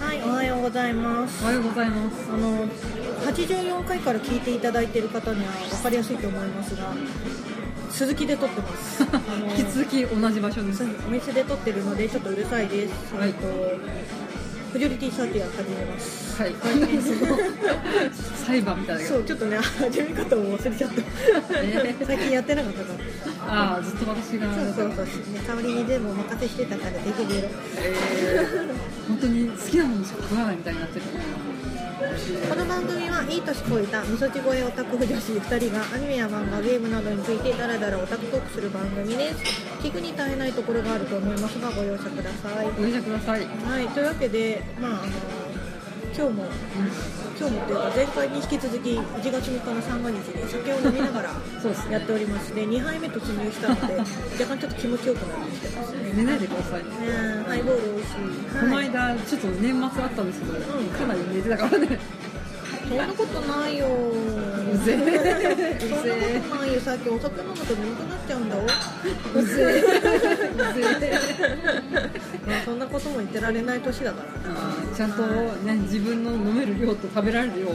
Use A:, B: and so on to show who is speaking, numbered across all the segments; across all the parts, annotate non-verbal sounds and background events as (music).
A: はい、おはようございます。
B: おはようございます。
A: あの84回から聞いていただいている方には分かりやすいと思いますが鈴木で撮ってますあ
B: (laughs)
A: の
B: (laughs) 引き続き同じ場所です。
A: お店で撮ってるのでちょっとうるさいです、
B: はい
A: えっとフジョリティサーティア始めます
B: はい。 (laughs) 裁判みたいなのが。
A: そうちょっとね (laughs) 始め方を忘れちゃった
B: えー
A: 最近やってなかったから
B: (laughs) ああ、ずっと私が。
A: そうそうそう、ね、香りに全部お任せしてたからできるよ
B: えー本当に好きなものしか食わないみたいになってる。
A: この番組はいい年こいたみそち声オタク女子2人がアニメや漫画ゲームなどについてダラダラオタクトークする番組です聞くに耐えないところがあると思いますがご容赦ください
B: ご容赦ください。
A: はいというわけでまああの今日も今日もというか前回に引き続き1月3日の三が日で酒を飲みながら
B: そうですね
A: やっておりまして2杯目突入したので若干ちょっと気持ちよくなってきてますね
B: 寝ないでください。こ
A: ねハイボール美味しい、
B: の
A: はい、
B: 間、ちょっと年末あったんですけど、
A: ん
B: かなり寝てたからね。
A: そんなことないよ
B: うぜえ。
A: そんな
B: う
A: こ
B: ぜ
A: とないよさっきお酒飲むと眠くなっちゃうんだよ
B: え。うぜえ。うぜえ。
A: そんなことも言ってられない年だから
B: (laughs) あーちゃんとね、自分の飲める量と食べられる量を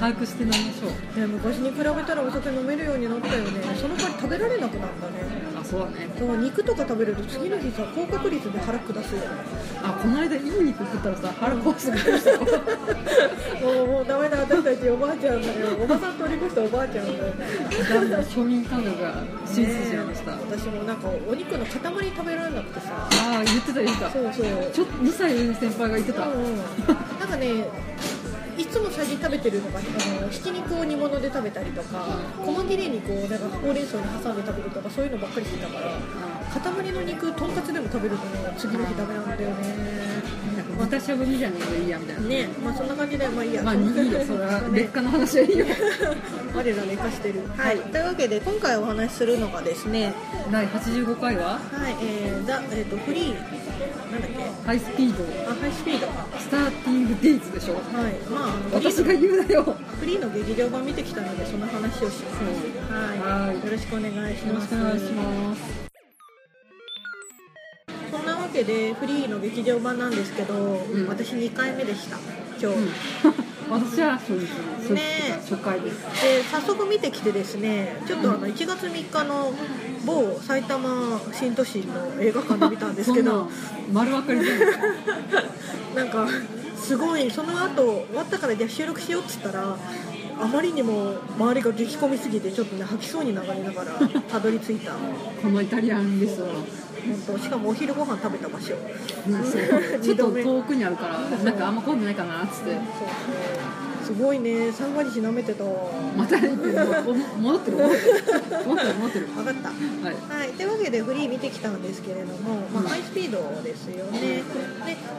B: 把握して飲みましょう。
A: ね昔に比べたらお酒飲めるようになったよねその代わり食べられなくなったね
B: あ、そうだね。
A: そう肉とか食べると次の日さ高確率で腹下すよね
B: あこの間いい肉食ったらさ腹壊してくれました (laughs) よ
A: もうもうダメだ私たちおばあちゃんだよおばさん通り越したおばあちゃんだよ
B: だんだん庶民感覚が進出しちゃいました、
A: ね私もなんかお肉の塊食べられなくてさ
B: ああ言ってた言ってた
A: そうそう
B: ちょっと2歳上の先輩が言ってた、
A: うんうんなんかねいつも最近食べてるのがあのひき肉を煮物で食べたりとか細切れ肉をなんかほうれん草に挟んで食べるとかそういうのばっかりしてたから塊の肉とんかつでも食べるとね次の日ダメなんだよね
B: なんか豚しゃぶみたいなのがいいやみたいな、
A: ねまあそんな感じでまあいいや
B: まあいいよそれは劣化の話はいいよ
A: (laughs) 我ら寝かしてるはいというわけで今回お話しするのがですね
B: 第85回
A: は
B: は
A: いえー、ザえー、とフリーなんだっけ
B: ハイスピード
A: あハイスピードか
B: スターティングデイズでしょ
A: はいまああのフリー
B: 私が言うなよよ
A: フリーの劇場版見てきたのでその話をしますはい、
B: はい
A: よろしくお願いし
B: ろ
A: ま
B: し
A: す
B: くお願いします
A: そんなわけでフリーの劇場版なんですけど、
B: ん
A: 私2回目でした今日、
B: うん私は初日初日
A: ねえ
B: 初回です
A: で早速見てきてですねちょっとあの1月3日の某埼玉新都心の映画館で見たんですけど
B: そんな丸分かり全部
A: なんかすごいその後終わったからじゃあ収録しようっつったらあまりにも周りが激込みすぎてちょっとね吐きそうに流れながらたどり着い
B: (laughs)
A: た
B: このイタリアンレストラ (laughs) ン
A: 本当しかもお昼ご飯食べた場所
B: そうちょっ
A: 二度
B: と
A: 目
B: 遠くにあるからなんかあんま混んでないかなっつっ
A: そう
B: て
A: ですねすごいね三が日舐めてたわ
B: また行っても戻ってる戻ってる戻ってる戻ってる
A: 分かった
B: はい
A: はい、というわけでフリー見てきたんですけれども、まあ、
B: うん
A: ハイスピードですよね、で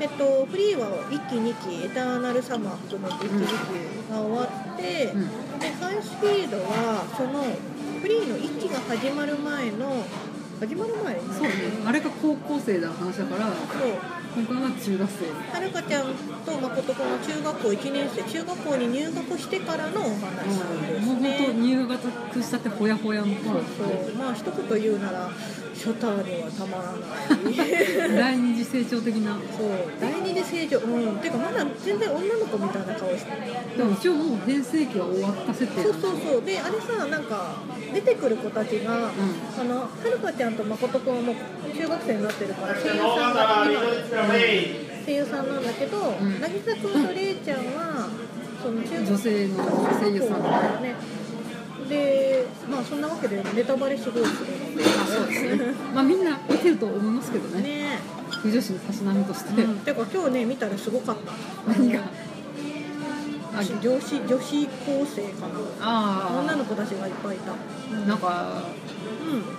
A: えっと、フリーは1期、2期、エターナルサマー含めて1期、2期が終わって、
B: うん
A: でハイスピードはそのフリーの1期が始まる前の、始まる前
B: そうねあれが高校生だ話だから
A: そう
B: 今回は中学生
A: はるかちゃんと誠君の中学校1年生、中学校に入学してからのお話です
B: もう本
A: ね。
B: 当入学したってほやほやの頃
A: そうまあ一言言うならショタにはたまらな
B: (laughs)
A: い
B: 第二次成長的な
A: そう第二次成長うんてかまだ全然女の子みたいな顔して
B: でも一応もう変成期は終わった設定
A: そうそうそうであれさなんか出てくる子たちが、あのはるかちゃんと誠君はもう中学生になってるから声優さんが今声優さんなんだけど、
B: ん
A: 渚君とれいちゃんはその中
B: 女性の声優さん
A: だよねでまあそんなわけでネタバレすごいするので
B: あそうですねまあみんな見てると思いますけど
A: (laughs)
B: ね
A: ね
B: 不女子のたしなみとして、
A: うん、てか今日ね見たらすごかった
B: 何があ
A: 女子女子高生かな
B: あ
A: 女の子たちがいっぱいいた
B: あなんか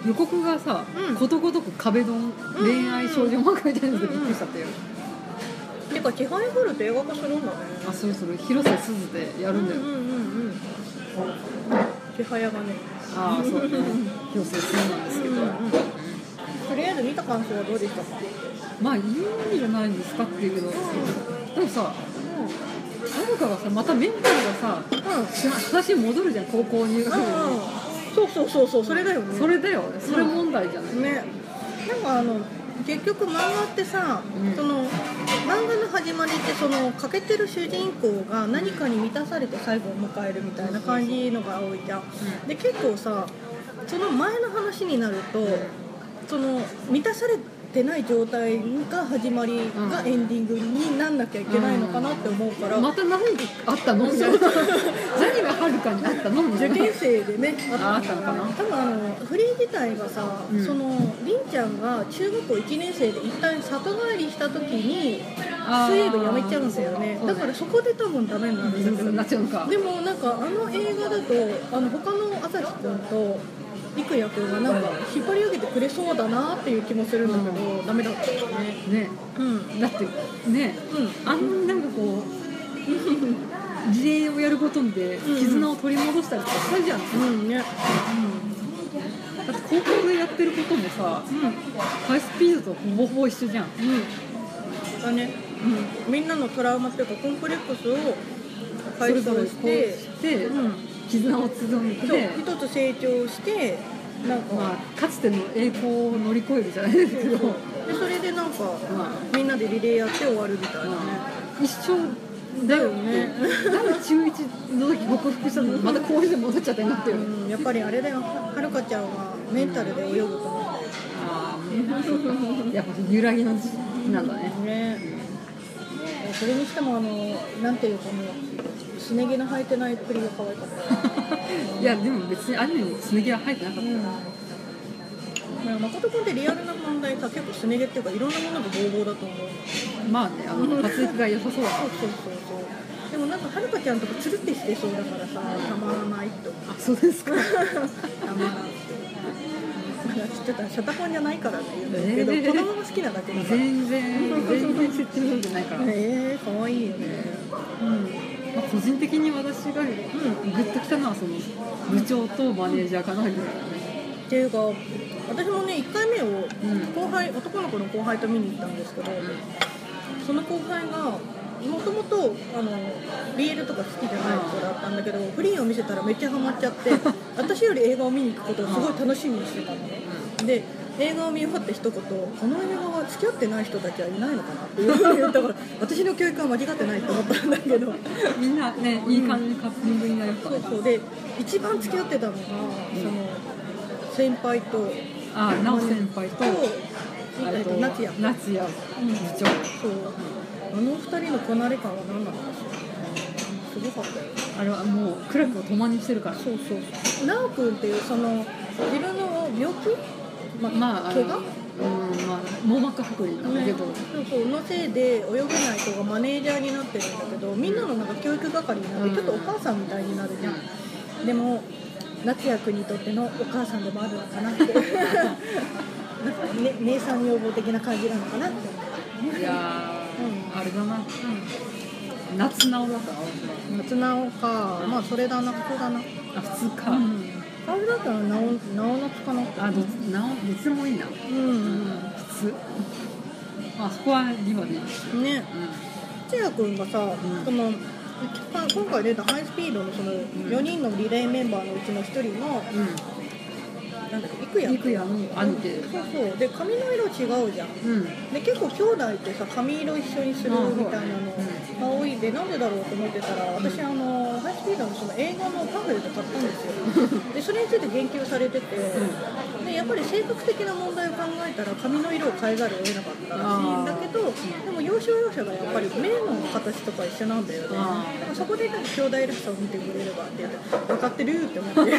A: う
B: 予告がさ、
A: うん
B: ことごとく壁ドン恋愛少女漫画みたいなのでびっくりしちゃったよ、
A: んてかキハイフルって映画化するんだね
B: あそろそろ広瀬すずでや
A: う
B: るんだよ、
A: うんうんうんキハヤがね
B: ああそうね広瀬すずなんですけど、
A: とりあえず見た感想はどうでしたか
B: まあいいんじゃないんですかっていうけど、でもさ
A: う
B: あれなんかがさまたメンタルがさ話に戻るじゃん高校入学
A: う
B: 時
A: んうん
B: に
A: そうそうそうそうそれだよね
B: それだよねそれ問題じゃない、
A: ねなんかあの結局漫画ってさ、
B: うん
A: その漫画の始まりってその欠けてる主人公が何かに満たされて最後を迎えるみたいな感じのが多いじゃん、
B: ん
A: で結構さその前の話になると、その満たされてない状態が始まりがエンディングになんなきゃいけないのかなって思うから、
B: また何があったの (laughs) みたいな何がはるかにあったのみ
A: 受
B: たいな
A: 験生でね
B: ああったのかな
A: 多分あのフリー自体がさ、
B: うん
A: そのりんちゃんが中学校1年生で一旦里帰りした時に
B: あー
A: 水泳部やめちゃうんだよね
B: そうだ
A: だ
B: ね
A: からそこで多分ダメになるんだけど
B: なっちゃうのか
A: でもなんかあの映画だとあの他の朝日くんと郁也くんがなんか引っ張り上げてくれそうだなっていう気もするんだけど、ダメだったよね
B: ね
A: うんうん
B: だってねあんななんかこうリレーをやることで
A: んうん
B: 絆を取り戻したりとかしたじゃん、
A: うんね
B: だって高校でやってることもさハイスピードとほぼほぼ一緒じゃん
A: うん、うん、だね、うん、みんなのトラウマっていうかコンプレックスを
B: そ
A: 解
B: れ
A: 消
B: ぞれこう
A: して
B: して、
A: うん
B: 絆をつどめ
A: そう
B: て、
A: 一つ成長してなんか、
B: まあ、かつての栄光を乗り越えるじゃないですけど、
A: でそれでなんか、
B: ま
A: みんなでリレーやって終わるみたいな
B: あ
A: ね、
B: まあ、一緒だよねなんで中1の時克服したのにまた高1で戻っちゃったなっていう、
A: うん、やっぱりあれだよはるかちゃんはメンタルで泳ぐと思
B: ああやっぱ揺らぎの時期なんだ (laughs) ね
A: うねそれにしてもあのなんていうかもうすね毛の生えてない栗が可愛かった、
B: いやでも別にアニメにすね毛は生えてなかっ
A: うんまあ、誠君ってリアルな問題さ結構すね毛っていうかいろんなものがボーボーだと思う
B: た、まあねあの活躍が良さそうだ
A: そうそうそうそうでもなんかはるかちゃんとかつるってしてそうだからさたまらないと
B: あそうですか
A: たまらんってちょっとシャタコンじゃないからね言うんだけど、
B: えー
A: 子供が好きなだけだから
B: 全然全然説明じゃないから、
A: えー、かわいいよねうん
B: まあ、個人的に私がグッときたのはその部長とマネージャーかなみたいなね
A: っていうか私もね1回目を後輩、男の子の後輩と見に行ったんですけど、その後輩がもともとリールとか好きじゃない子だったんだけどフリーを見せたらめっちゃハマっちゃって私より映画を見に行くことをすごい楽しみにしてたのねで映画を見終わって一言この映画は付き合ってない人たちはいないのかなっていうふうに言ったから私の教育は間違ってないと思ったんだけど
B: みんなねいい感じのカップリングになりそ
A: そううそうで一番付き合ってたのが、その先輩と
B: あなお先輩と
A: えっと夏也
B: 夏也部長
A: そうあの二人のこなれ感は何なのかしらすごかったよ
B: あれはもう苦楽を共にしてるから
A: そうそうそう奈くんっていうその自分の病気ま
B: まああ
A: 怪
B: の、うん
A: 我
B: まあ、網膜剥離なんだけ
A: ね
B: ど、
A: そうそうのせいで泳げない子がマネージャーになってるんだけどみんなのなんか教育係になって、
B: うん
A: ちょっとお母さんみたいになるじゃん、でも夏也君にとってのお母さんでもあるのか
B: (laughs)
A: なってなんか、ね、姉さん女房的な感じなのかなって
B: いや
A: う
B: ー、
A: ん
B: あれだな、夏直だった
A: 夏直かまあそれだな普通だな
B: あ普通か、
A: あれだったら直直夏かな
B: あどっち直どっちでもいいな
A: うん
B: 普通まあそこは今でいいし、
A: うんね
B: うん
A: 千也君がさ、
B: ん
A: その今今回出たハイスピードのその4人のリレーメンバーのうちの1人の、
B: う
A: なんだっけいくや
B: ん、肉屋の兄貴
A: そうそうで髪の色違うじゃん
B: うん
A: で結構兄弟ってさ髪色一緒にするみたいなのが多いでなんでだろうと思ってたら私あのハイスピードのその映画のパフェで買ったんですよでそれについて言及されてて、でやっぱり性格的な問題を考えたら髪の色を変えざるを得なかったらしいんだけどでも要所要所がやっぱり目の形とか一緒なんだよね
B: あー
A: でもそこでなんか兄弟らしさを見てくれればって言って分かってるって思 (laughs) って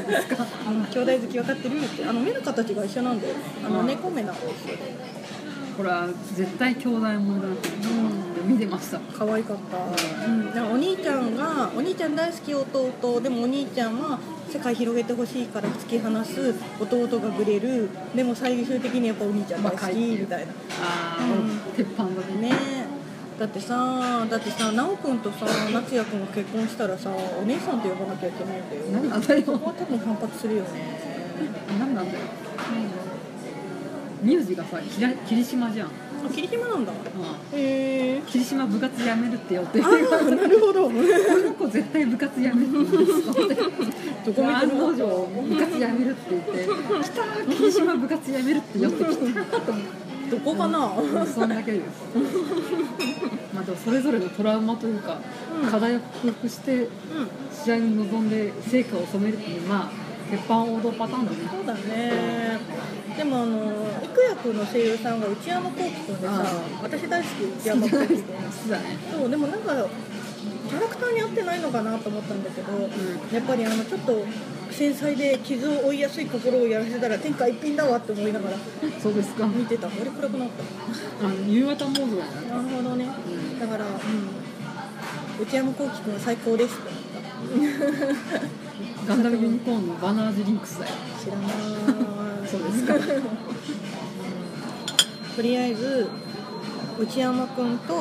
A: あの兄弟好き分かってるってあの目の形が一緒なんだよねあの
B: うん
A: 猫目なんですよ
B: これは絶対兄弟ものだなと思って見てました
A: 可愛かった、うん、だからお兄ちゃんがお兄ちゃん大好き弟でもお兄ちゃんは世界広げてほしいから突き放す弟がグレるでも最終的にやっぱお兄ちゃん大好きみたいな
B: ああ、
A: うん
B: 鉄板だ
A: ね
B: ね
A: えだってさだってさ奈くんとさ夏也くんが結婚したらさお姉さんと呼ばなきゃいけないんだよ
B: 何なんだよ
A: そこは多分反発するよね
B: 何なんだよ、名字がさきら霧島じゃん、うん
A: あ霧島なんだへえ
B: 霧島部活やめるってよって
A: ああなるほ
B: (laughs)
A: ど
B: この子絶対部活やめるんですよ
A: どこ見て
B: 案
A: も
B: の定部活やめるって言って「来たー霧島部活やめる」って寄ってきたーと思って
A: どこかな
B: うんそんだけです (laughs) まあでもそれぞれのトラウマというか、
A: うん
B: 課題を克服して
A: うん
B: 試合に臨んで成果を収めるっていうまあ鉄板王道パターンだね
A: そうだねでもあの幾役の声優さんが内山聖輝くんでさ
B: あ
A: 私大好き内
B: 好
A: 山
B: き
A: 聖
B: だ
A: 輝く
B: ね
A: んそうでもなんかキャラクターに合ってないのかなと思ったんだけど、やっぱりあのちょっと繊細で傷を負いやすい心をやらせたら天下一品だわって思いながら
B: そうですか
A: 見てたあれ暗くなった
B: あの夕方モードだね
A: なるほどね
B: ん
A: だから、うん、内山聖輝くんは最高ですって思った
B: ガンダムユニコーンのバナージリンクスだよ
A: 知らない
B: そうですか
A: とりあえず内山くんと、
B: う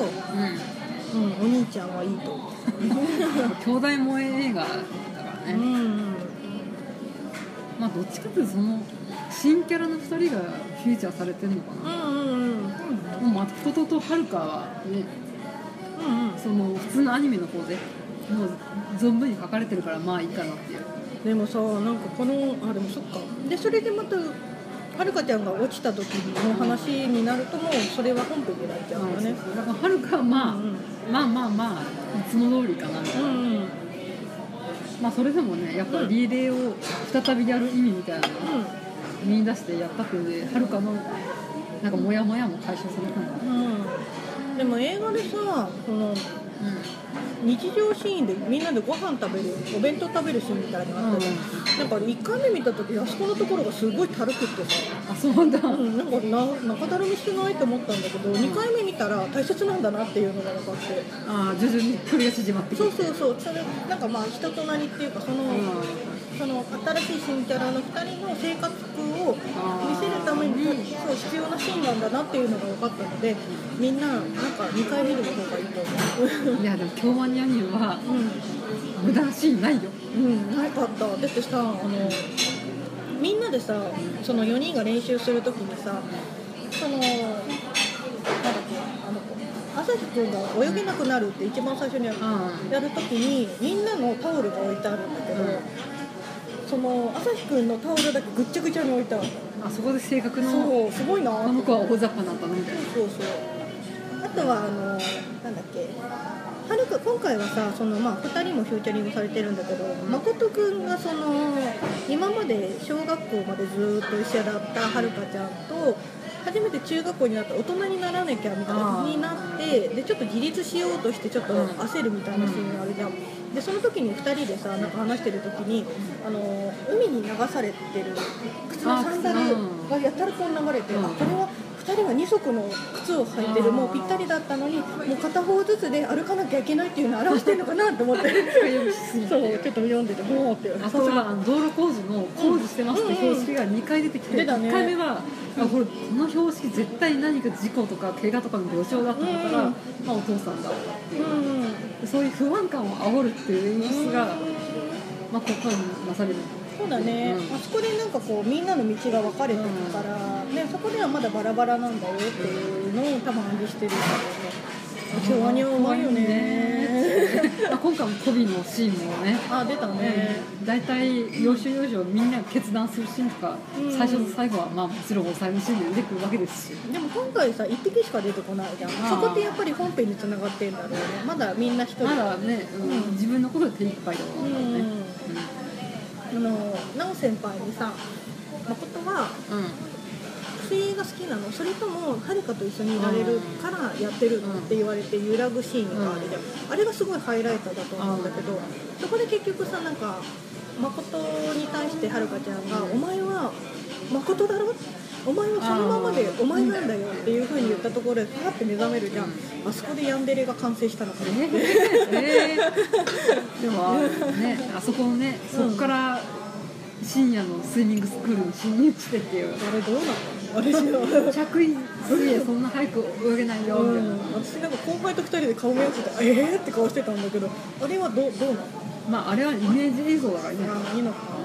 A: うん、お兄ちゃんはいいと思
B: ん兄弟萌え映画だから
A: う、
B: ね、
A: ん、
B: まあどっちかっていうとその新キャラの2人がフューチャーされてるのか
A: う
B: な、
A: んうんうん
B: もう誠と遥香はね
A: うん
B: その普通のアニメの方でもう存分に書かれてるからまあいいかなっていう
A: でもさなんかこのあでもそっかでそれでまたはるかちゃんが落ちた時の話になるともうそれは本編でなっちゃうんだね
B: だからはるかはまあ、
A: うん
B: まあまあまあいつも通りかなみた
A: う
B: いな、
A: んうん
B: まあそれでもねやっぱリレーを再びやる意味みたいなのを見出してやったっていうのではるかのなんかモヤモヤも解消されたんだね
A: うんでも映画でさその日常シーンでみんなでご飯食べるお弁当食べるシーンみたいなのあったじゃん、なんか1回目見た時あそこのところがすごいたるくってさ、
B: あそうなんだ、
A: うん、なんかな中だるみしてないと思ったんだけど2回目見たら大切なんだなっていうのが分かって
B: あー徐々に距離が縮まってき
A: そ
B: て
A: うそうそうそれなんかまあ人となりっていうかその、その新しい新キャラの2人の生活を見せるために、
B: あー
A: そう必要なシーンなんだなっていうのが分かったのでみんななんか2回見る方がいいと思 (laughs)
B: うんいやでも京アニアニメは
A: う
B: 無駄なシーンないよ
A: うん、うん、なかっただってさあのみんなでさその4人が練習するときにさそのなんだっけあの子朝日くんが泳げなくなるって一番最初にやる
B: あ
A: やるときにみんなのタオルが置いてあるんだけど、
B: うん
A: その朝日くんのタオルだけぐっちゃぐちゃに置いてある
B: あそこで性格の
A: そうすごいな
B: あ
A: ー
B: の
A: って
B: 子は大雑把なんだなみたいな
A: そうそうあとはあのなんだっけはるか今回はさその、まあ、2人もフューチャリングされてるんだけど誠くんがその今まで小学校までずーっと一緒だったはるかちゃんと初めて中学校になって大人にならなきゃみたいな
B: あー
A: になってでちょっと自立しようとしてちょっと
B: うん
A: 焦るみたいなシーンがあるじゃん。でその時に2人でさなんか話してる時にあの海に流されてる靴のサンダル
B: あー靴うん
A: がやたらこう流れて、
B: うん
A: あこれは2人は2足の靴を履いて
B: あー
A: るもうぴったりだったのにもう片方ずつで歩かなきゃいけないっていうのを表してるのかなと思って
B: 読みしすぎ
A: (laughs) そう
B: て
A: ちょっと読んでてもうって
B: あとはあの道路工事の工事してますって標識が2回出てきて、
A: 出たね
B: 1回目は、あこれこの標識絶対何か事故とか怪我とかの予兆だったんだから、
A: うん
B: まあ、お父さんだ
A: うんうん
B: そういう不安感を煽るっていう演出が、まあ、ここになされる
A: そうだね、
B: うん
A: あそこでなんかこうみんなの道が分かれてるから、ね、そこではまだバラバラなんだよっていうのを多分暗示してるんだけどね今日はにはうまいよね
B: まあ、今回もコビのシーンもね
A: あ出たね
B: 大体要所要所みんな決断するシーンとか、
A: うん
B: 最初と最後はまあもちろん抑えのシーンで出てくるわけですし
A: でも今回さ1匹しか出てこないじゃん
B: ー
A: そこってやっぱり本編に繋がってんだろうねまだみんな一人
B: まだね、うん
A: うん
B: 自分のことで手一杯だも
A: うん
B: ね、うん
A: んあの奈緒先輩にさ誠は
B: うん
A: 水泳が好きなのそれともはるかと一緒にいられるからやってるのって言われて揺らぐシーンがあるじゃん、あれがすごいハイライトだと思うんだけど、そこで結局さなんか誠に対してはるかちゃんが「
B: うん
A: お前は誠だろお前はそのままで
B: あー
A: お前なんだよ」っていう風に言ったところでパッて目覚めるじゃん、あそこでヤンデレが完成したのかな
B: ねねでもねあそこのねそこから深夜のスイミングスクールに侵入してっていう
A: あれどうなの私
B: (laughs)
A: は
B: 着衣水泳そんな早く泳げないよみ
A: う
B: たいな、
A: ん、私なんか後輩と2人で顔見合わせて「えー?」って顔してたんだけどあれはどうどうなの
B: まああれはイメージ映像だからね
A: あーいいのかな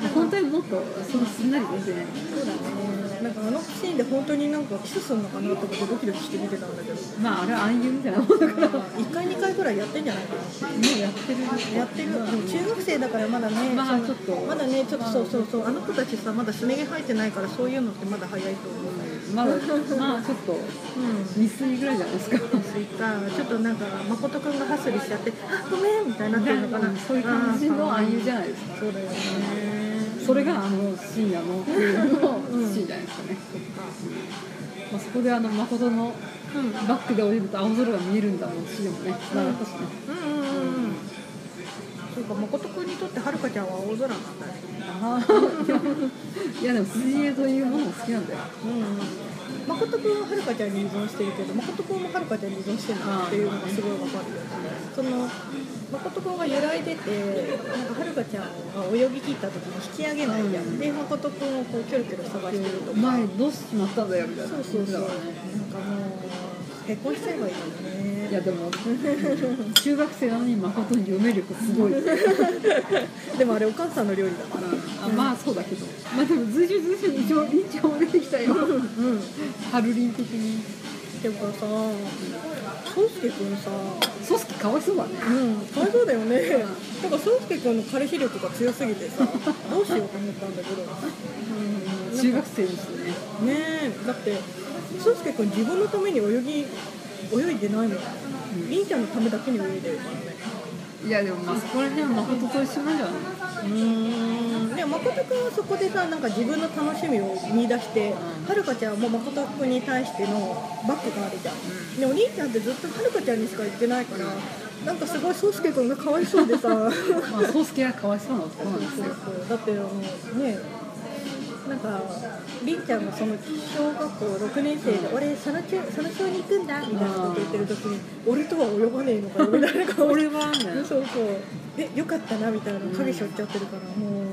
B: 今本当にもっとそのすんなり出てない
A: そうだねなんかあのシーンで本当になんかキスするのかなと思ってドキドキして見てたんだけど
B: まああれは暗湯みたいなもんだからも
A: 1回2回ぐらいやってんじゃないかな
B: うやってる
A: やってるでも中学生だからまだね、
B: まあ
A: そんな
B: ちょっと
A: まだねちょっとそうそうそうあの子たちさまだすね毛生えてないからそういうのってまだ早いと思う
B: まだまあちょっ
A: う
B: と
A: ん
B: 未遂ぐらいじゃないですか
A: そいかちょっとなんか誠くんがハスリしちゃって「あごめん」みたいになってるのかな
B: そういう感じの暗湯じゃないですか
A: あーそうだよね
B: それがあの深夜の夜のシーンじゃないですかね、まあ、そこであの誠の
A: うんうん
B: バックで降りると青空が見えるんだろうしでもねつながったしね
A: うんうんうんそうか誠くんにとってはるかちゃんは青空なんだね
B: ああいやでも水泳というものも好きなんだよ
A: うんうん誠くんははるかちゃんに依存してるけど誠くんもはるかちゃんに依存してるなっていうのがすごいわかるよねその誠くんが揺らいでてなんかはるかちゃんが泳ぎ切った時に引き上げないじゃん、で誠くんをこうキョロキョロ探してるとか
B: 前どうしまったんだよみたいな
A: そうそうそう。
B: だ
A: なん
B: か
A: から
B: ね
A: もう結婚しちゃえばいいのに
B: (laughs) いや
A: ね。
B: でも中学生なのに誠に読め力すごい、うん
A: でもあれお母さんの料理だから。
B: あまあそうだけどまあでも随所随所に一応リンちゃんも出てきたよ
A: うん。
B: 春凛的に
A: ていうかさ、そうすけくんさ、
B: ソスケかわいそうだね
A: うん、かわいそうだよね。てかそうすけくんの彼氏力が強すぎてさ、どうしようと思ったんだけど。うん
B: 中学生にしてね
A: ねえ、だってそうすけくん自分のために泳ぎ泳いでないもん。りんちゃんのためだけに泳いでるからね。
B: いやでもまあそこら辺は誠と一緒なんじゃないう
A: ーんでも誠君はそこでさなんか自分の楽しみを見出して、
B: ん
A: はるかちゃんも誠君に対してのバックがあるじゃん、でお兄ちゃんってずっとはるかちゃんにしか言ってないから、なんかすごい宗介君がかわいそうでさそう
B: まあソスケはかわいそうな男なんですよ
A: そうだってあのねなんかりんちゃんがその小学校6年生で「俺佐野中佐野町に行くんだ」みたいなこと言ってる時に「俺とは泳がねえのかよ」みたいな顔して
B: 俺はね
A: そうそうえよかったなみたいな影しょっちゃってるから、もう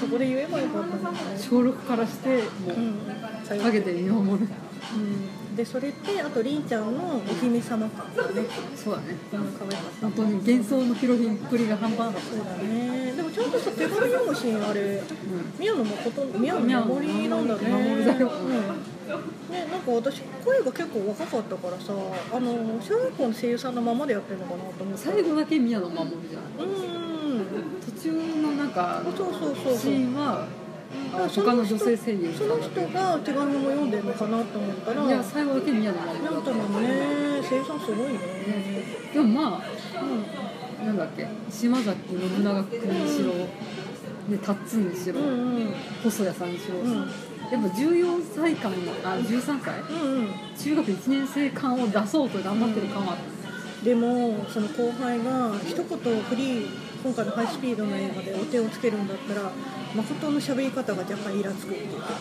A: そこで言えばよかったのにね
B: 小6からしても
A: うん
B: う陰で見守る
A: うんでそれってあとりんちゃんのお姫様感がね
B: そうだね
A: うん可愛かった
B: 本当に幻想のヒロインっぷりが半端なかっ
A: そうだねでもちゃんとした手紙読むシーンあれ宮野誠宮野守りなんだね
B: 守だよ
A: うん、ねなんか私声が結構若かったからさあの小学校の声優さんのままでやってるのかなと思
B: た
A: って
B: 最後だけ宮野真守じゃない
A: うんうんうん
B: 途中のなんか
A: そうそうそう
B: シ
A: そう
B: ーンはあ
A: だからそ
B: 他の
A: の人
B: 女性声優
A: その人が手紙も読んでるのかなと思ったら
B: いや
A: なん
B: 最後だけ宮野真守だっ
A: ともね生産すごいね
B: たでもま
A: うん
B: あなんだっけ島崎信長君にしろでタッツンにしろ
A: うんうん
B: 細谷さんにしろ、
A: うん
B: やっぱ14歳間あ13歳
A: うんうん
B: 中学1年生感を出そうと頑張ってる感はあっ
A: でもその後輩が一言フリー今回のハイスピードの映画でお手をつけるんだったら誠の喋り方が若干イラつくって言って
B: た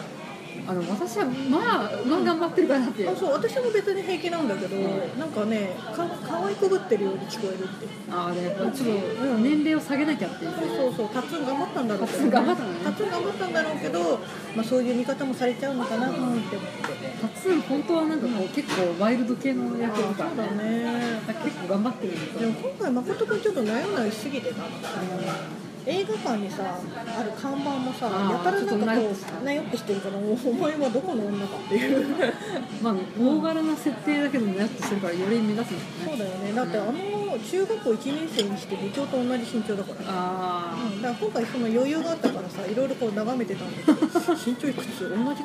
B: あの私はまあまあ頑張ってるかなっていう
A: たあそう私も別に平気なんだけどなんかねかかわいくぶってるように聞こえるって
B: あれやっぱちょっと年齢を下げなきゃっていう
A: そうそうそう、タッツン頑張ったんだろうけど、
B: タッツン頑張ったのね
A: タッツン頑張ったんだろうけど、まあ、そういう見方もされちゃうのかなって思って。
B: タッツン本当はなんかこう結構ワイルド系の役だから
A: そうだ
B: ね
A: ね。
B: だから結構頑張ってるんだと
A: で
B: 思う
A: も今回誠君ちょっとなよなよしすぎてたの映画館にさある看板もさ
B: あー
A: やたらなんか
B: ちょっとなよ
A: こ
B: っとした
A: うなよってしてるからもうお前はどこの女かっていう (laughs)
B: まあ大柄な設定だけどもやっとしてるからより目立つんだ
A: そ
B: よ
A: う
B: ね
A: だよねだってあの中学校1年生にして部長と同じ身長だから
B: ああ
A: うんだから今回その余裕があったからさいろいろこう眺めてたんだけ
B: (laughs)
A: ど身長いくつ同じかみたいな。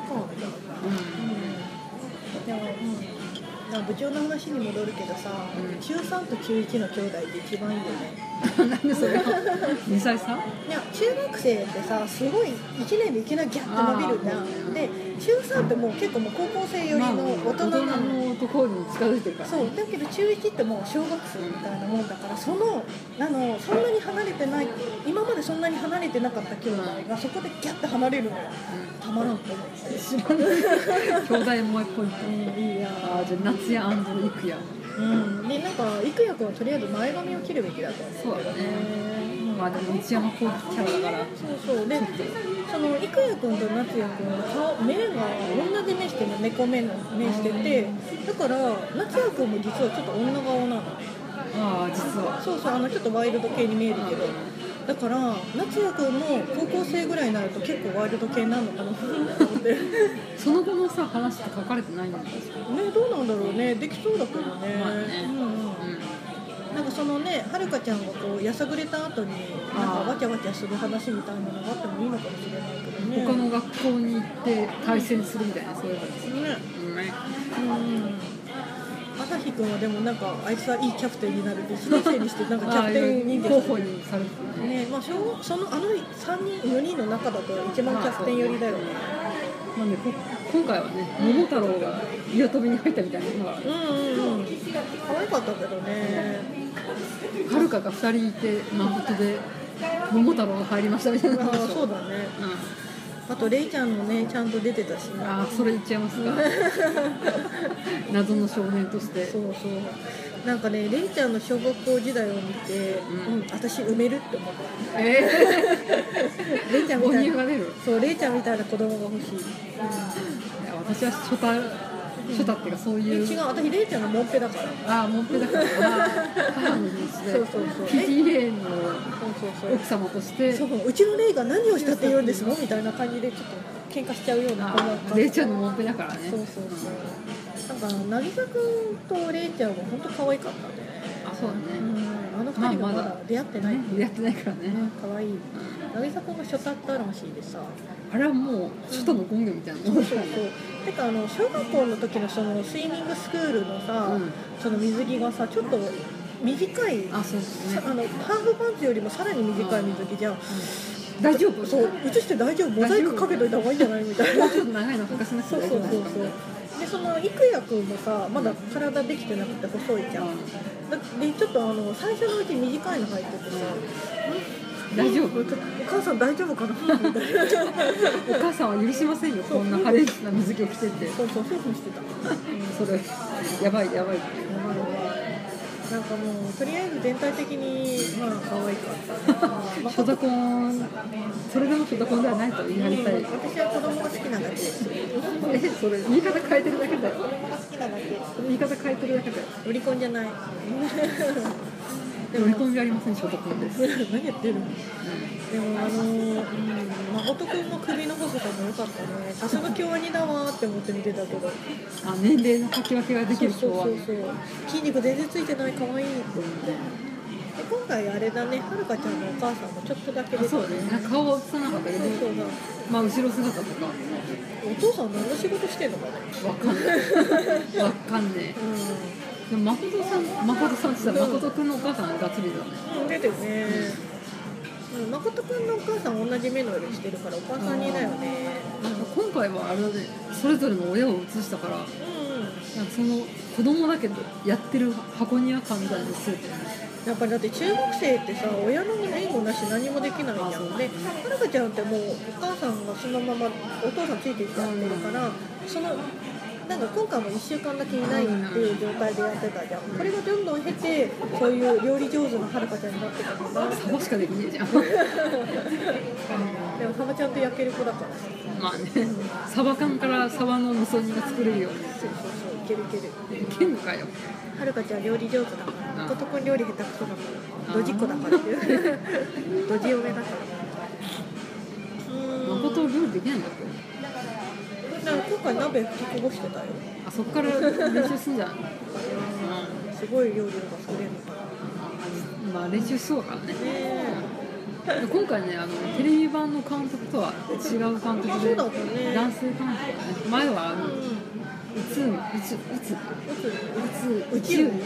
A: でも、うん、なんか部長の話に戻るけどさ、
B: うん
A: 中3と中1の兄弟って一番いいよね
B: うん (laughs) なんでそれを2歳差
A: (laughs) いや中学生ってさすごい1年でいきなりギャッと伸びるじゃ
B: あー
A: んで中3ってもう結構もう高校生より
B: まあ
A: の大人なの、
B: 大人の男に近づいてるからね
A: そうだけど中1ってもう小学生みたいなもんだからそのあのそんなに離れてない今までそんなに離れてなかった兄弟がそこでギャッと離れるのよたまらんと思って
B: 知らない兄弟萌えポイン
A: (laughs)
B: ト
A: いいや
B: ああじゃあ夏や育や
A: うんでなんか育也君はとりあえず前髪を切るべきだと思う
B: そうだね
A: うん
B: まあでも内山幸輝キャラだから
A: そうそうでその育也君と夏也君は顔目が同じ目してるの猫目の目しててだから夏也君も実はちょっと女顔なの
B: ああ実は
A: そうそうあのちょっとワイルド系に見えるけどだから夏也君も高校生ぐらいになると結構ワイルド系になるのかなと思って (laughs) ね
B: その後のさ話って書かれてないんですよ、
A: どうなんだろうねできそうだけどね,、
B: まあね
A: うんうんなんかそのねはるかちゃんがこうやさぐれた後になんか
B: あー
A: わちゃわちゃする話みたいなのがあってもいいのかもしれないけどね
B: 他の学校に行って対戦するみたいなそういう感じ、
A: ね
B: うんね
A: うん朝日くんはでもなんかあいつはいいキャプテンになるって1年生にしてなんかキャプテンに
B: 候補にされてるね
A: ねまあ、小そのあの3人4人の中だと一番キャプテン寄りだよね
B: なんでこ今回はね桃太郎が色飛びに入ったみたいなの
A: う
B: が
A: んうんうん可愛かったけどね
B: はるかが2人いてマブトで桃太郎が入りましたみたいな
A: ああそう
B: だ、
A: だね
B: うん、
A: あとレイちゃんのねちゃんと出てたしね
B: ああそれ言っちゃいますか謎の少年として
A: そうそうなんかねレイちゃんの小学校時代を見て、う
B: うん
A: ん私埋めるって思っ
B: え
A: たレイち
B: え
A: ゃんみ
B: お
A: たい
B: 乳
A: な
B: が出る
A: そうレイちゃんみたいな子供が欲しい
B: いや私は初太初太っていうかそう
A: え
B: い
A: 違
B: う
A: う私レイちゃんがモンペだから
B: ああもっぺだから母の日で
A: そうそうそう
B: ピティレーンの
A: そうそう
B: 奥様として
A: そうそううちのレイが何をしたって言うんですのみたいな感じでちょっと喧嘩しちゃうような子だ
B: あ
A: っ
B: あ
A: た
B: レイちゃんのもっぺだからね
A: そうそうそうなんか渚君とレイちゃんは本当可愛かったね
B: あそうだ
A: う
B: ね、
A: んあの二人がま
B: まあま
A: だ
B: だ
A: 出会ってない、
B: ねやってないからね、
A: ね可愛い渚君が初タったらしいでさ
B: あれはもう初太のゴングみたいな
A: そうそうそうてかあの小学校の時のそのスイミングスクールのさ、
B: うん
A: その水着がさちょっと短い
B: あそうですね
A: さあのハーフパンツよりもさらに短い水着じゃん
B: 大丈夫
A: そう映して大丈夫モザイクかけといた方がいいんじゃないみたいな
B: ちょっと長いの履かせなくて
A: そう
B: 大
A: そう
B: 丈
A: そう
B: 夫です
A: そ
B: か
A: うでその郁也君もさまだ体できてなくて細いじゃん、だでちょっとあの最初のうち短いの入っててさ
B: うん大丈夫
A: うんお母さん大丈夫
B: (laughs)
A: かなみたいな
B: お母さんは許しませんよこんな晴れ着な水着を着てて
A: そうそうそうそうしてた
B: それやばいやばいっていう
A: なんかもうとりあえず全体的にまあ可愛かったまあ
B: 初太コンそれでも初太コンではないと言い張りたい
A: 私は子供が好きなだけです
B: えそれ言い方変えてるだけだよ
A: 好きなだけ
B: それ言い方変えてるだけだよ
A: ロリコンじゃ
B: (laughs)
A: ない
B: でも込みありません初太コンです、
A: 何やってるのでもあのー、うん、誠君の首の細さも良かったねさすが京アニだわーって思って見てたけど
B: あ年齢の書き分けができる
A: そ
B: 人
A: う
B: は
A: そうそうそう筋肉全然ついてない可愛いって思ってで今回あれだねはるかちゃんのお母さんもちょっとだけ出
B: あ
A: て
B: そうねなんか顔は映さなかったけ
A: そう
B: ど
A: そうそう
B: まあ後ろ姿とか
A: お父さん何の仕事してんのかね
B: わかん
A: (laughs)
B: ないわかんね
A: う
B: えでも誠さん誠さんってさ誠くんのお母さんがガッツリだね
A: ん、うん、出てるねうん誠君のお母さん同じ目の色してるからお母さんにだよね
B: 今回はあれだねそれぞれの親を映したからなんか
A: うん、うん
B: その子供だけどやってる箱庭感みたいにするとね
A: やっぱりだって中学生ってさ親の援護なし何もできないじゃんではるかちゃんってもうお母さんがそのままお父さんついていっちゃってるから、そのなんか今回も1週間だけいないっていう状態でやってたじゃんこれがどんどん経てそういう料理上手なはるかちゃんになってた (laughs) のかな
B: サバしかできねえじゃん
A: でもサバちゃんと焼ける子だからさ
B: まあねサバ缶からサバの味噌煮が作れるよう
A: そうそうそういけるいける
B: にいけんのかよ
A: はるかちゃん料理上手だから
B: うん
A: 男料理下手くそだからドジっ子だからっていうドジ嫁だからうん
B: 誠は料理できないんだっけ
A: なんか今回鍋吹きこぼしてたよ
B: あそこから練習すんじゃん、う、
A: すごい料理とか作れるのかなん
B: まあ練習しそうだから
A: ね
B: ねで今回ねあのテレビ版の監督とは違う監督
A: そう
B: で
A: だったね
B: 男性監督だね前はあの
A: う
B: うんつうつうつうつ
A: うちうね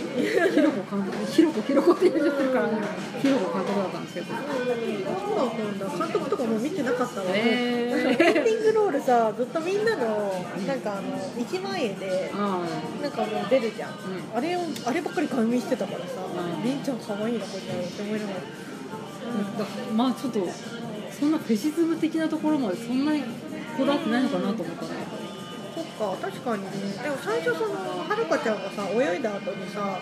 B: ひろこ監督ひろこひろこって言っちゃってるからねひろこ監督だったんですけど
A: そうだったんだ監督とかもう見てなかったわ、
B: へー
A: なんかエンディングロールさずっとみんなのなんかあの1万円で
B: あ
A: なんかもう出るじゃん、
B: ん
A: あれをあればっかり感見してたからさ
B: うん
A: り、んちゃん可愛いなこれって思いながら
B: あなんかまあちょっとそんなフェシズム的なところまでそんなにこだわってないのかなと思ったね
A: そっか確かにねでも最初そのはるかちゃんがさ泳いだ後にさ、なんか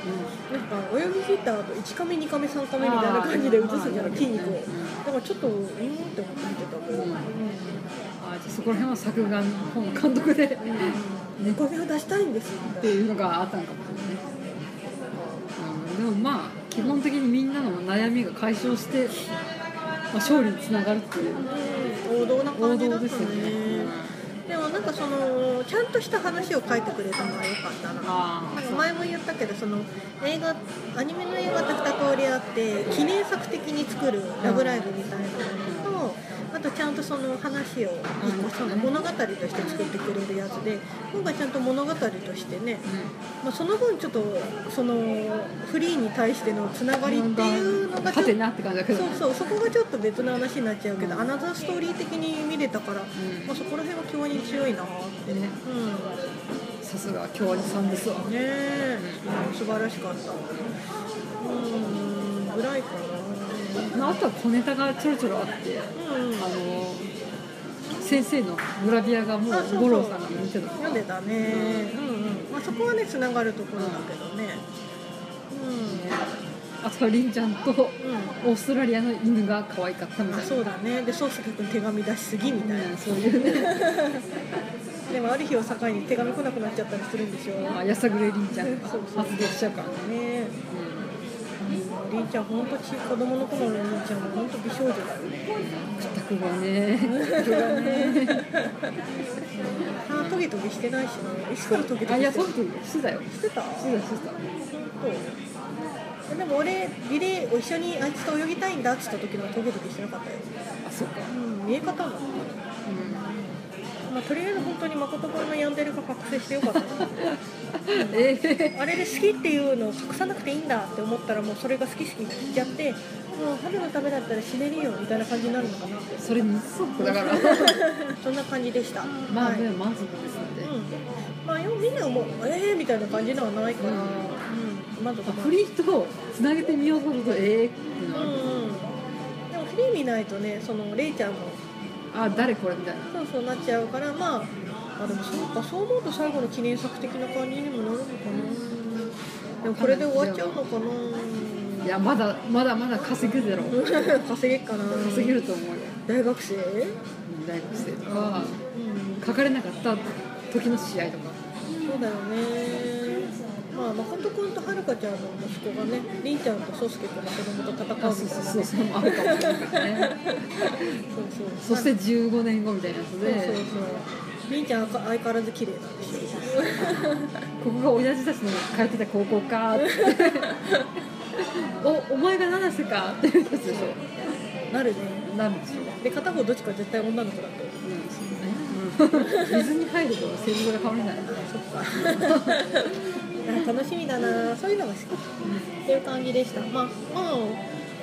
A: 泳ぎ切った後1カメ2カメ3カメみたいな感じで映すじゃ
B: あ
A: ん
B: ー
A: 筋肉を
B: うん
A: だからちょっとうんって思って見てたけど、
B: う
A: うんん
B: あじゃあそこら辺は作画の方の監督で
A: うん、これを出したいんですみ
B: ったて
A: いな
B: いうのがあったのかもしれないね、うん、でもまあ基本的にみんなの悩みが解消してあ、勝利につながるっていう
A: 王道な
B: 王
A: 感じだ
B: 道
A: ったね
B: ですよね、うん
A: でもなんかそのちゃんとした話を書いてくれたのは良かったな
B: あ
A: なんか
B: あそう
A: 前も言ったけどその映画アニメの映画って2通りあって記念作的に作る「ラブライブ!」みたいなのとあとちゃんとその話を一個その物語として作ってくれるやつで今回ちゃんと物語としてね、まあ、その分ちょっとそのフリーに対してのつながりっていうのがちょ
B: 勝
A: ってと
B: なって感じだけど
A: そう
B: ね
A: そうそこがちょっと別の話になっちゃうけど、
B: うん
A: アナザーストーリー的に見れたから、
B: ん
A: まあ、そこら辺は共に強いなって、
B: ね
A: う
B: さすが京アニさんですわ
A: ん、ねえ、素晴らしかったうんぐらいかな
B: まああとは小ネタがちょろちょろあって
A: うん
B: あの先生のグラビアがも
A: あそうそう
B: う五郎さんが見てた
A: 読んでたね、うんうんまあ、そこはねつながるところだけどね
B: あとは凛ちゃんと
A: うん、うん
B: オーストラリアの犬が可愛かったみた
A: あ
B: いな
A: そうだねで宗介君手紙出しすぎみたいな、
B: うんそういうね
A: でもある日を境に手紙来なくなっちゃったりするんでしょう
B: まあやさぐれ凛ちゃんが
A: そうそう
B: 発言しちゃうからね
A: ねりんちゃん本当ち子供の頃のりんちゃんも本当美少女だよね
B: 屈託がね屈託がね
A: あトゲトゲしてないしねいつからトゲトゲしてる
B: あいやそうそうしてたよし
A: してた
B: てたしてた
A: そうでも俺リレーを一緒にあいつと泳ぎたいんだっつった時のトゲトゲしてなかったよ、
B: あそうか
A: うん、見え方が、
B: う
A: まあ、とりあえず本当に誠君のヤンデルが覚醒してよかったな
B: んええ
A: あれで好きっていうのを隠さなくていいんだって思ったらもうそれが好き好き言っちゃってもう春のためだったら死ねるよみたいな感じになるの
B: (laughs)
A: かな
B: それにそだから
A: そんな感じでした
B: まあ
A: はい
B: でも満足ですので、
A: うん、まあよみんなもうええー、みたいな感じのはないから、う
B: うんん
A: まず
B: あフリーとつなげてみようとするとええってい
A: う
B: うのはある
A: んうんでもフリー見ないとねそのレイちゃんも
B: あ誰これみたいな
A: そうそうなっちゃうからまああでもそうかそう思うと最後の記念作的な感じにもなるのかなでもこれで終わっちゃうのか
B: いやまだまだまだ稼ぐだろ
A: な稼げっかな
B: 稼げると思うよ
A: 大学生
B: 大学生とか
A: うん
B: 書かれなかった時の試合とか
A: そうだよねまあ誠君とはるかちゃんの息子がねりんちゃんと宗介君の子供と戦うみたい
B: あ
A: な
B: そうそうそうそうあるかもしれないから
A: そう
B: ね
A: そう
B: そして15年後みたいなやつ
A: そうそう
B: で
A: そうりんちゃん相変わらず綺麗なんでし
B: ここが親父たちの通ってた高校かっておお前が七瀬かっていうやつでし
A: ょなるね
B: ょなんでしょう
A: で片方どっちか絶対女の子だと
B: うん水に入ると性格が変わるんじゃない
A: そっかあ楽しみだなそういうのが好きっていう感じでしたまあまあ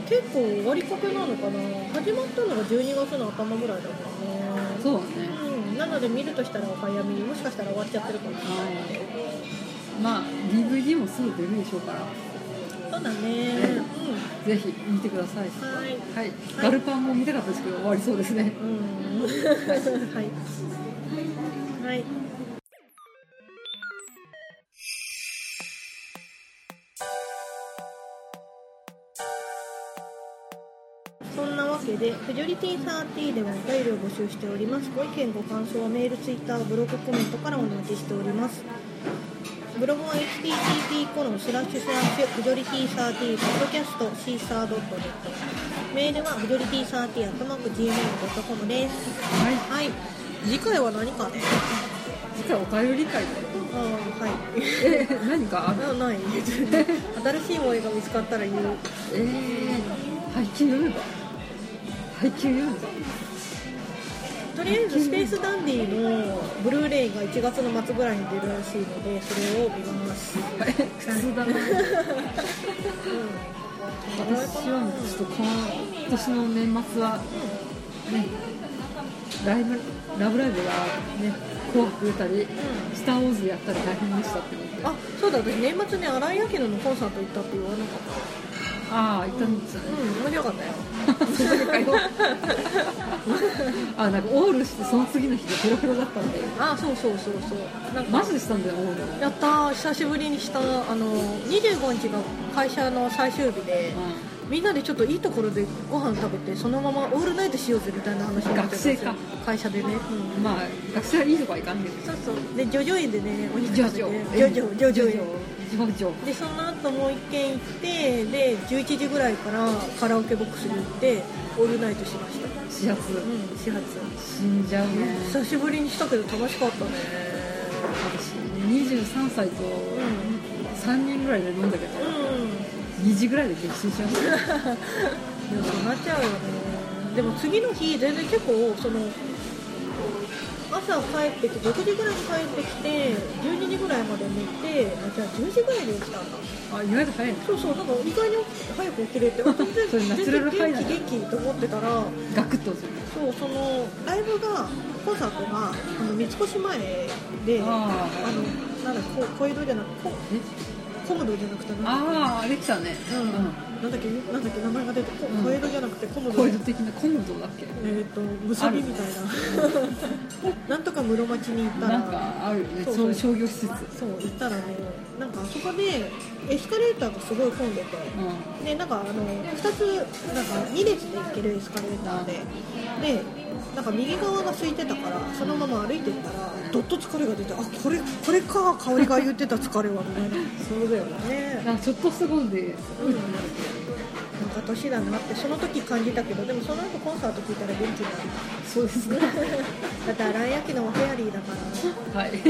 A: 結構終わりかけなのかな始まったのが12月の頭ぐらいだからね
B: そうね
A: うんなので見るとしたらお早めにもしかしたら終わっちゃってるかもしれないので
B: まあ DVD もすぐ出るでしょうから
A: そうだね、
B: ぜひ見てください
A: うんはい
B: はいガルパンも見たかったですけど終わりそうですね
A: うんはいはいそんなわけで、フジョリティ30ではお便りを募集しております。ご意見、ご感想はメール、ツイッター、ブログ、コメントからお待ちしております。ブログは http コロンスラッシュスラッシュフジョリティサーティーポッドキャストシーサードットネットメールはフジョリティサーティーアットマーク Gmail.com です
B: はい
A: はい次回は何かね
B: 実はお便り会で
A: ああはい
B: え何かある
A: なない別に新しい萌えが見つかったら言う
B: えー、配給読めば配給読めば
A: とりあえずスペースダンディのブルーレイが1月の末ぐらいに出るらしいのでそれを見ます
B: はい苦痛だな私はもうちょっとこの今年の年末はねライブ「ラブライブ!」がね「紅白」出たり「スター・ウォーズ」やったり大変でしたって思って
A: あそうだ私年末ね新井明のコンサート行ったって言わなかっ
B: ああ行ったん (laughs) ですよ
A: たうん面白かったよ
B: ねあなんかオールしてその次の日でペロペロだったんで
A: あそうそうそうそうなんか
B: マジでしたんだよオール
A: やったー久しぶりにしたあの25日が会社の最終日でみんなでちょっといいところでご飯食べてそのままオールナイトしようぜみたいな話になってたんですよ
B: 学生か
A: 会社でね、
B: うんまあ学生はいいとこはいかんけ
A: そ
B: ど
A: うそうでジョジョ園でねお肉
B: ジョ
A: 食
B: ジ
A: べ
B: ョ
A: てジョジョジョジョ園
B: ジョジョ
A: でその後もう一軒行ってで11時ぐらいからカラオケボックスに行ってオールナイトしましたう
B: 始発
A: ん始発
B: 死んじゃうね
A: 久しぶりにしたけど楽しかったね
B: 私23歳と3人ぐらいで飲んだけど
A: う
B: 2時ぐらいで激震しました
A: んでもそうなっちゃうよねでも次の日全然結構その朝帰ってきて6時ぐらいに帰ってきて12時ぐらいまで寝てあじゃあ10時ぐらいに起きたんだ
B: あ意外と早いね
A: そうそうなんか意外に早く起きれてあ全然
B: (laughs) それナチュラルハ
A: 全
B: イだ
A: 然
B: ね
A: 元気元気と思ってたら
B: ガクッとする
A: そうそのライブがコンサートがあの三越前であ
B: あー
A: のなんだこ小江戸じゃなくこ
B: え
A: コムドじゃなくてなんだっ
B: あああれ来たね
A: けうんなんだっけなんだっけ名前が出てこ
B: うん
A: 小江戸じゃなくてコム
B: うん
A: ド
B: コイル的なコムドだっけ
A: えっ、と結びみたいななんとか室町に行った
B: なん
A: ら
B: かあるよね
A: そ
B: そうう
A: そう
B: いう商業施設
A: そう行ったらねなんかあそこでエスカレーターがすごい混んでて、
B: う
A: でなんかあの2つなんか2列で行けるエスカレーターででなんか右側が空いてたからそのまま歩いてったらどっと疲れが出てあこれこれか香りが言ってた疲れはみたいなそうだよ
B: ん
A: ね
B: なんかちょっとしたことで
A: うんなんか年だなってその時感じたけどでもその後コンサート聞いたら元気になる (laughs)
B: そうですね
A: だって新井明のはフェアリーだから
B: はい
A: ね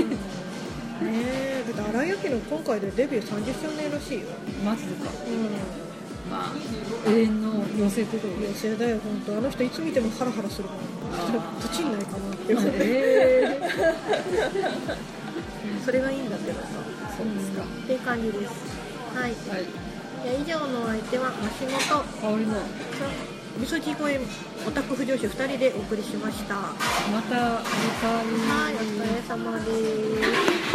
A: えだって新井明の今回でデビュー30周年らしいよ
B: マジでか
A: うん
B: まあ永遠の妖精ってことで
A: 女性だよ本当あの人いつ見てもハラハラするもん
B: あ
A: 土地にないかなって思って
B: ええ
A: それがいいんだけどさ
B: そうですか
A: っていう感じですはいい
B: はい
A: や以上のお相手はマシモと
B: 香りの
A: みそじ公園オタク婦女子2人でお送りしましたは
B: またまた
A: いお疲れ様です